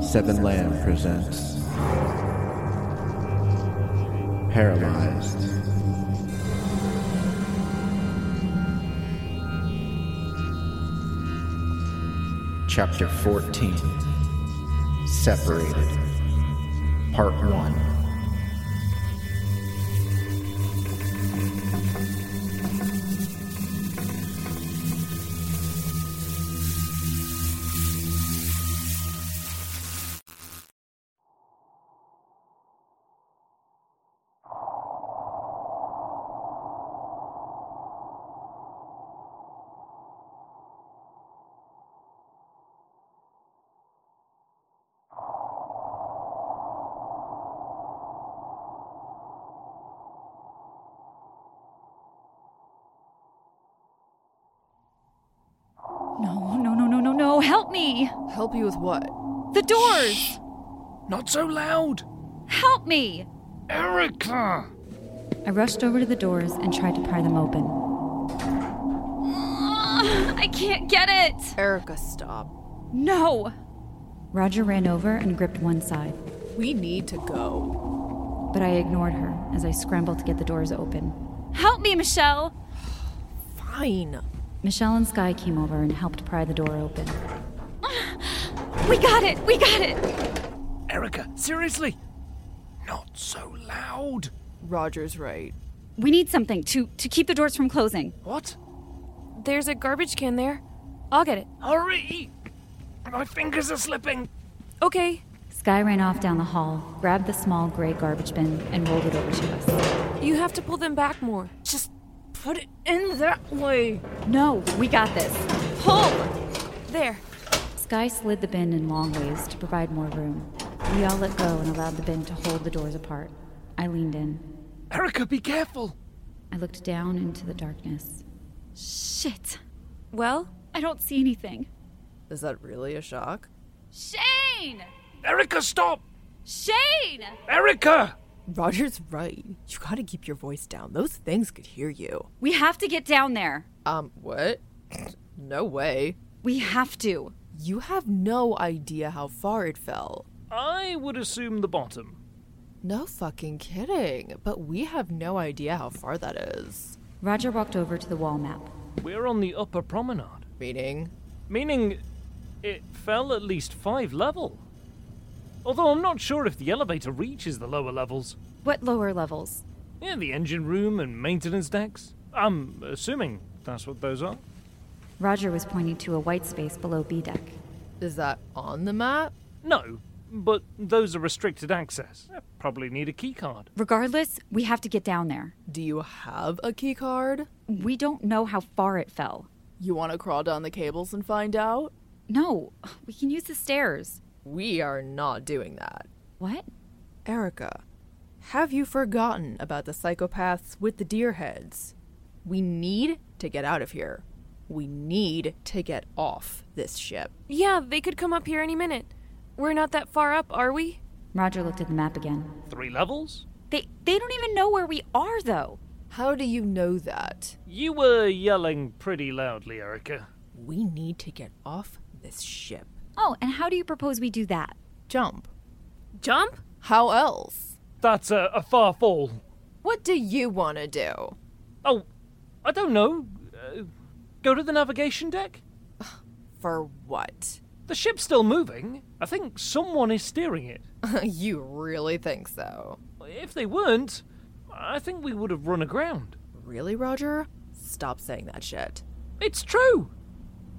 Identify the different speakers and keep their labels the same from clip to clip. Speaker 1: Seven Lamb presents Paralyzed. Chapter 14 Separated. Part 1.
Speaker 2: No, no, no, no, no, no. Help me.
Speaker 3: Help you with what?
Speaker 2: The doors.
Speaker 4: Not so loud!
Speaker 2: Help me.
Speaker 4: Erica!
Speaker 5: I rushed over to the doors and tried to pry them open.
Speaker 2: Ugh, Ah, I can't get it.
Speaker 3: Erica, stop.
Speaker 2: No.
Speaker 5: Roger ran over and gripped one side,
Speaker 3: We need to go.
Speaker 5: but I ignored her as I scrambled to get the doors open.
Speaker 2: Help me, Michelle.
Speaker 3: Fine.
Speaker 5: Michelle and Sky came over and helped pry the door open.
Speaker 2: We got it. We got it.
Speaker 4: Erica, seriously! Not so loud!
Speaker 3: Roger's right.
Speaker 5: We need something to to keep the doors from closing.
Speaker 4: What?
Speaker 6: There's a garbage can there. I'll get it.
Speaker 4: Hurry! My fingers are slipping!
Speaker 6: Okay,
Speaker 5: Sky ran off down the hall, grabbed the small gray garbage bin, and rolled it over to us.
Speaker 6: you have to pull them back more. Just put it in that way.
Speaker 5: No, we got this.
Speaker 2: Pull.
Speaker 6: There.
Speaker 5: Sky slid the bin in long ways to provide more room. We all let go and allowed the bin to hold the doors apart. I leaned in.
Speaker 4: Erica, be careful!
Speaker 5: I looked down into the darkness.
Speaker 2: Shit.
Speaker 6: Well,
Speaker 2: I don't see anything.
Speaker 3: Is that really a shock?
Speaker 2: Shane.
Speaker 4: Erica, stop!
Speaker 2: Shane.
Speaker 4: Erica!
Speaker 3: Roger's right. You gotta keep your voice down. Those things could hear you.
Speaker 5: We have to get down there.
Speaker 3: Um, what? No way.
Speaker 5: We have to.
Speaker 3: You have no idea how far it fell.
Speaker 4: I would assume the bottom.
Speaker 3: No fucking kidding. But we have no idea how far that is.
Speaker 5: Roger walked over to the wall map.
Speaker 4: We're on the upper promenade.
Speaker 3: Meaning,
Speaker 4: Meaning, it fell at least five level. Although I'm not sure if the elevator reaches the lower levels.
Speaker 5: What lower levels?
Speaker 4: Yeah, the engine room and maintenance decks. I'm assuming that's what those are.
Speaker 5: Roger was pointing to a white space below B deck.
Speaker 3: is that on the map?
Speaker 4: No, but those are restricted access. I probably need a keycard.
Speaker 5: Regardless, we have to get down there.
Speaker 3: Do you have a key card?
Speaker 5: We don't know how far it fell.
Speaker 3: You wanna crawl down the cables and find out?
Speaker 5: No, we can use the stairs.
Speaker 3: We are not doing that.
Speaker 5: What?
Speaker 3: Erica, have you forgotten about the psychopaths with the deer heads? We need to get out of here. We need to get off this ship.
Speaker 6: yeah, they could come up here any minute. We're not that far up, are we?
Speaker 5: Roger looked at the map again.
Speaker 4: Three levels?
Speaker 5: They they don't even know where we are though.
Speaker 3: How do you know that?
Speaker 4: You were yelling pretty loudly, Erica.
Speaker 3: We need to get off this ship.
Speaker 5: Oh, and how do you propose we do that?
Speaker 3: Jump.
Speaker 6: Jump?
Speaker 3: How else?
Speaker 4: That's a, a far fall.
Speaker 3: What do you want to do?
Speaker 4: Oh, I don't know. Uh, go to the navigation deck?
Speaker 3: For what?
Speaker 4: The ship's still moving. I think someone is steering it.
Speaker 3: you really think so?
Speaker 4: If they weren't, I think we would have run aground.
Speaker 3: Really, Roger? Stop saying that shit.
Speaker 4: It's true.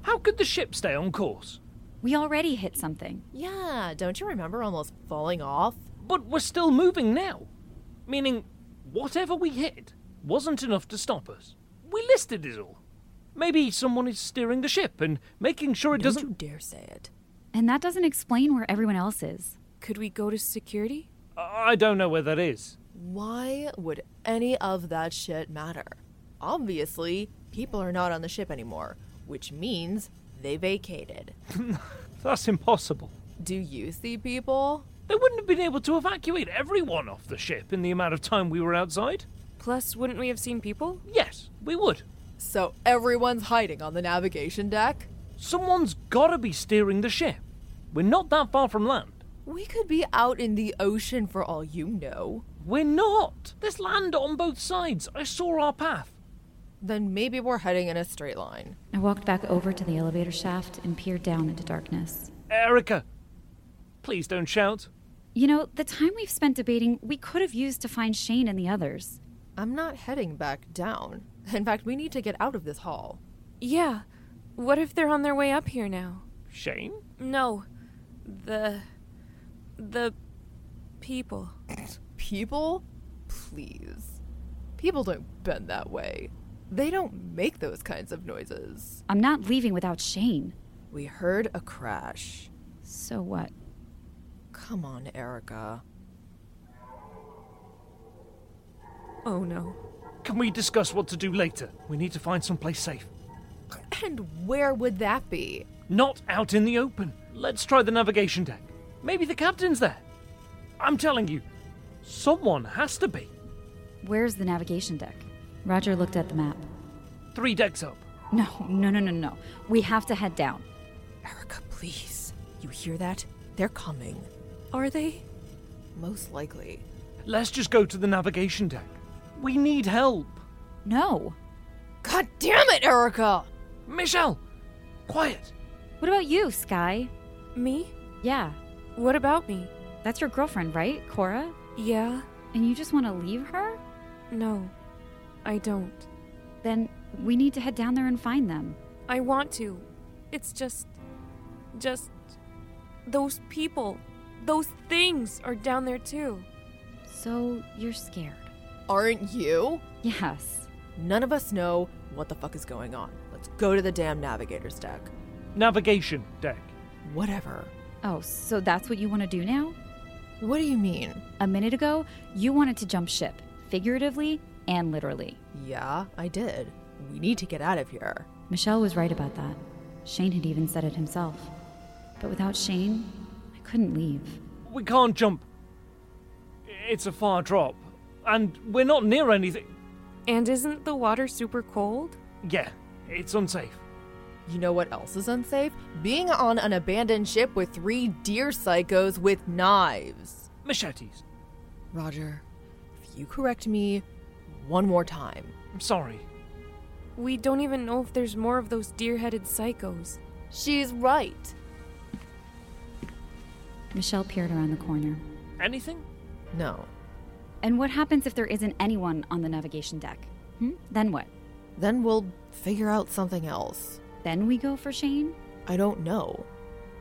Speaker 4: How could the ship stay on course?
Speaker 5: We already hit something.
Speaker 3: Yeah, don't you remember almost falling off?
Speaker 4: But we're still moving now. Meaning, whatever we hit wasn't enough to stop us. We listed it all. Maybe someone is steering the ship and making sure it
Speaker 3: Don't
Speaker 4: doesn't.
Speaker 3: you dare say it.
Speaker 5: And that doesn't explain where everyone else is.
Speaker 6: Could we go to security?
Speaker 4: I don't know where that is.
Speaker 3: Why would any of that shit matter? Obviously, people are not on the ship anymore, which means they vacated.
Speaker 4: That's impossible.
Speaker 3: Do you see people?
Speaker 4: They wouldn't have been able to evacuate everyone off the ship in the amount of time we were outside.
Speaker 6: Plus, wouldn't we have seen people?
Speaker 4: Yes, we would.
Speaker 3: So everyone's hiding on the navigation deck?
Speaker 4: Someone's gotta be steering the ship. We're not that far from land.
Speaker 3: We could be out in the ocean for all you know.
Speaker 4: We're not! There's land on both sides. I saw our path.
Speaker 3: Then maybe we're heading in a straight line.
Speaker 5: I walked back over to the elevator shaft and peered down into darkness.
Speaker 4: Erica! Please don't shout.
Speaker 5: You know, the time we've spent debating, we could have used to find Shane and the others.
Speaker 3: I'm not heading back down. In fact, we need to get out of this hall.
Speaker 6: Yeah. What if they're on their way up here now?
Speaker 4: Shane?
Speaker 6: No. The. The. People.
Speaker 3: People? Please. People don't bend that way. They don't make those kinds of noises.
Speaker 5: I'm not leaving without Shane.
Speaker 3: We heard a crash.
Speaker 5: So what?
Speaker 3: Come on, Erica.
Speaker 6: Oh no.
Speaker 4: Can we discuss what to do later? We need to find someplace safe.
Speaker 3: And where would that be?
Speaker 4: Not out in the open. Let's try the navigation deck. Maybe the captain's there. I'm telling you, someone has to be.
Speaker 5: Where's the navigation deck? Roger looked at the map.
Speaker 4: Three decks up.
Speaker 5: No, no, no, no, no. We have to head down.
Speaker 3: Erica, please. You hear that? They're coming.
Speaker 6: Are they?
Speaker 3: Most likely.
Speaker 4: Let's just go to the navigation deck. We need help.
Speaker 5: No.
Speaker 3: God damn it, Erica!
Speaker 4: Michelle! Quiet!
Speaker 5: What about you, Sky?
Speaker 6: Me?
Speaker 5: Yeah,
Speaker 6: What about me?
Speaker 5: that's your girlfriend, right, Cora?
Speaker 6: Yeah?
Speaker 5: And you just want to leave her?
Speaker 6: No. I don't.
Speaker 5: Then we need to head down there and find them.
Speaker 6: I want to. It's just. Just. Those people. Those things are down there too.
Speaker 5: So you're scared.
Speaker 3: Aren't you?
Speaker 5: Yes.
Speaker 3: None of us know what the fuck is going on. Let's go to the damn navigator's deck.
Speaker 4: Navigation deck.
Speaker 3: Whatever.
Speaker 5: Oh, so that's what you want to do now?
Speaker 3: What do you mean?
Speaker 5: A minute ago, you wanted to jump ship, figuratively and literally.
Speaker 3: Yeah, I did. We need to get out of here.
Speaker 5: Michelle was right about that. Shane had even said it himself. But without Shane, I couldn't leave.
Speaker 4: We can't jump. It's a far drop. And we're not near anything.
Speaker 6: And isn't the water super cold?
Speaker 4: Yeah, it's unsafe.
Speaker 3: You know what else is unsafe? Being on an abandoned ship with three deer psychos with knives.
Speaker 4: Machetes.
Speaker 3: Roger, if you correct me one more time,
Speaker 4: I'm sorry.
Speaker 6: We don't even know if there's more of those deer headed psychos.
Speaker 3: she's right.
Speaker 5: Michelle peered around the corner.
Speaker 4: Anything?
Speaker 3: No.
Speaker 5: And what happens if there isn't anyone on the navigation deck? Hmm? Then what?
Speaker 3: Then we'll figure out something else.
Speaker 5: Then we go for Shane?
Speaker 3: I don't know.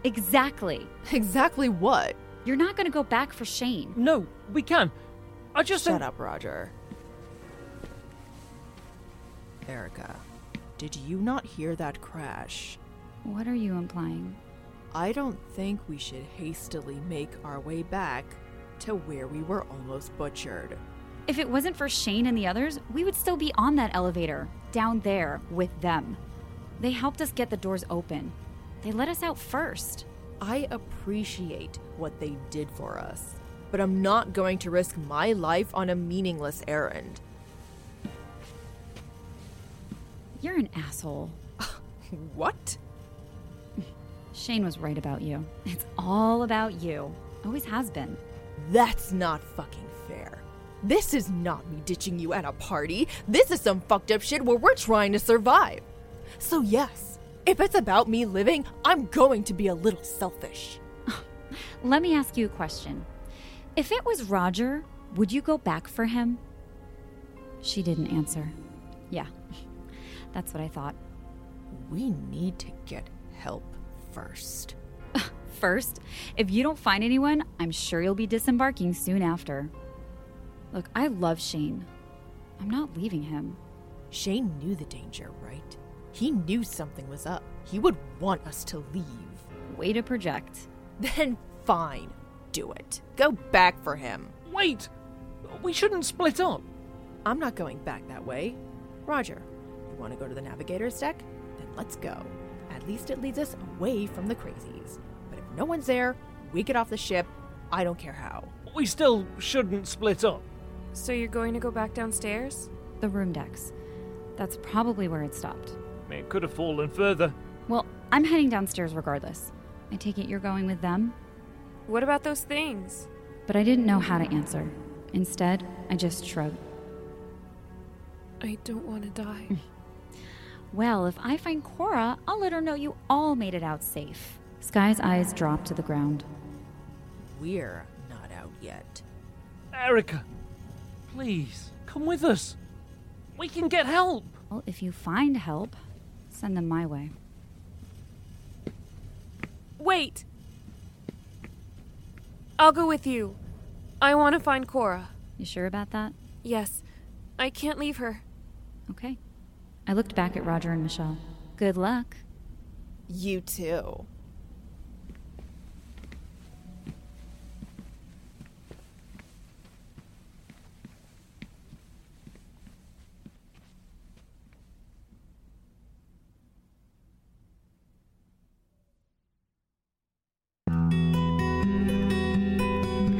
Speaker 5: Exactly.
Speaker 3: Exactly what?
Speaker 5: You're not going to go back for Shane.
Speaker 4: No, we can. I just
Speaker 3: Shut
Speaker 4: think-
Speaker 3: up, Roger. Erica, did you not hear that crash?
Speaker 5: What are you implying?
Speaker 3: I don't think we should hastily make our way back to where we were almost butchered.
Speaker 5: If it wasn't for Shane and the others, we would still be on that elevator, down there with them. They helped us get the doors open. They let us out first.
Speaker 3: I appreciate what they did for us, but I'm not going to risk my life on a meaningless errand.
Speaker 5: You're an asshole.
Speaker 3: What?
Speaker 5: Shane was right about you. It's all about you. Always has been.
Speaker 3: That's not fucking fair. This is not me ditching you at a party. This is some fucked up shit where we're trying to survive. So, yes, if it's about me living, I'm going to be a little selfish.
Speaker 5: Let me ask you a question. If it was Roger, would you go back for him? She didn't answer. Yeah, that's what I thought.
Speaker 3: We need to get help first.
Speaker 5: First, if you don't find anyone, I'm sure you'll be disembarking soon after. Look, I love Shane. I'm not leaving him.
Speaker 3: Shane knew the danger, right? He knew something was up. He would want us to leave.
Speaker 5: Way to project.
Speaker 3: Then, fine, do it. Go back for him.
Speaker 4: Wait! We shouldn't split up.
Speaker 3: I'm not going back that way. Roger, you want to go to the navigator's deck? Then let's go. At least it leads us away from the crazies. But if no one's there, we get off the ship. I don't care how.
Speaker 4: We still shouldn't split up.
Speaker 6: So you're going to go back downstairs?
Speaker 5: The room decks. That's probably where it stopped.
Speaker 4: It could have fallen further.
Speaker 5: Well, I'm heading downstairs regardless. I take it you're going with them?
Speaker 6: What about those things?
Speaker 5: But I didn't know how to answer. Instead, I just shrugged.
Speaker 6: I don't want to die.
Speaker 5: Well, if I find Cora, I'll let her know you all made it out safe. Sky's eyes dropped to the ground.
Speaker 3: We're not out yet.
Speaker 4: Erica, please, come with us. We can get help.
Speaker 5: Well, if you find help, send them my way.
Speaker 6: Wait! I'll go with you. I want to find Cora.
Speaker 5: You sure about that?
Speaker 6: Yes, I can't leave her.
Speaker 5: Okay. I looked back at Roger and Michelle. Good luck.
Speaker 3: You too.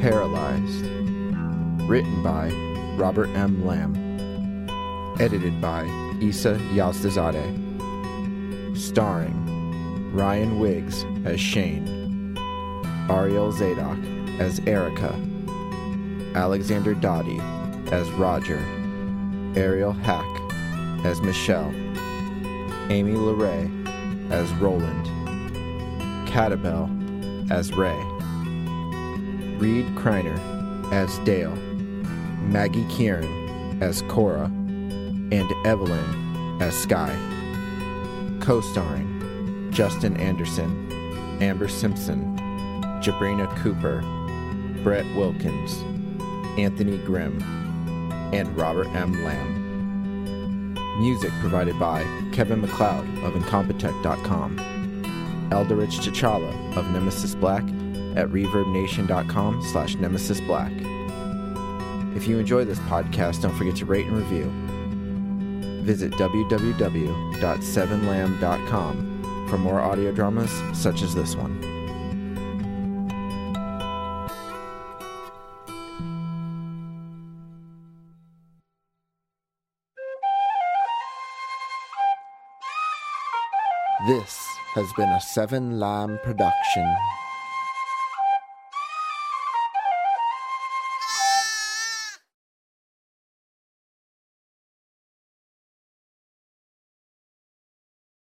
Speaker 1: Paralyzed. Written by Robert M. Lamb. Edited by Issa Yazdazadeh. Starring Ryan Wiggs as Shane, Ariel Zadok as Erica, Alexander Dottie as Roger, Ariel Hack as Michelle, Amy LeRae as Roland, Catabel as Ray. Reed Kreiner as Dale, Maggie Kieran as Cora, and Evelyn as Sky. Co starring Justin Anderson, Amber Simpson, Jabrina Cooper, Brett Wilkins, Anthony Grimm, and Robert M. Lamb. Music provided by Kevin McLeod of Incompetech.com. Eldritch T'Challa of Nemesis Black at ReverbNation.com slash Nemesis Black. If you enjoy this podcast, don't forget to rate and review. Visit www.sevenlamb.com for more audio dramas such as this one. This has been a Seven Lamb production.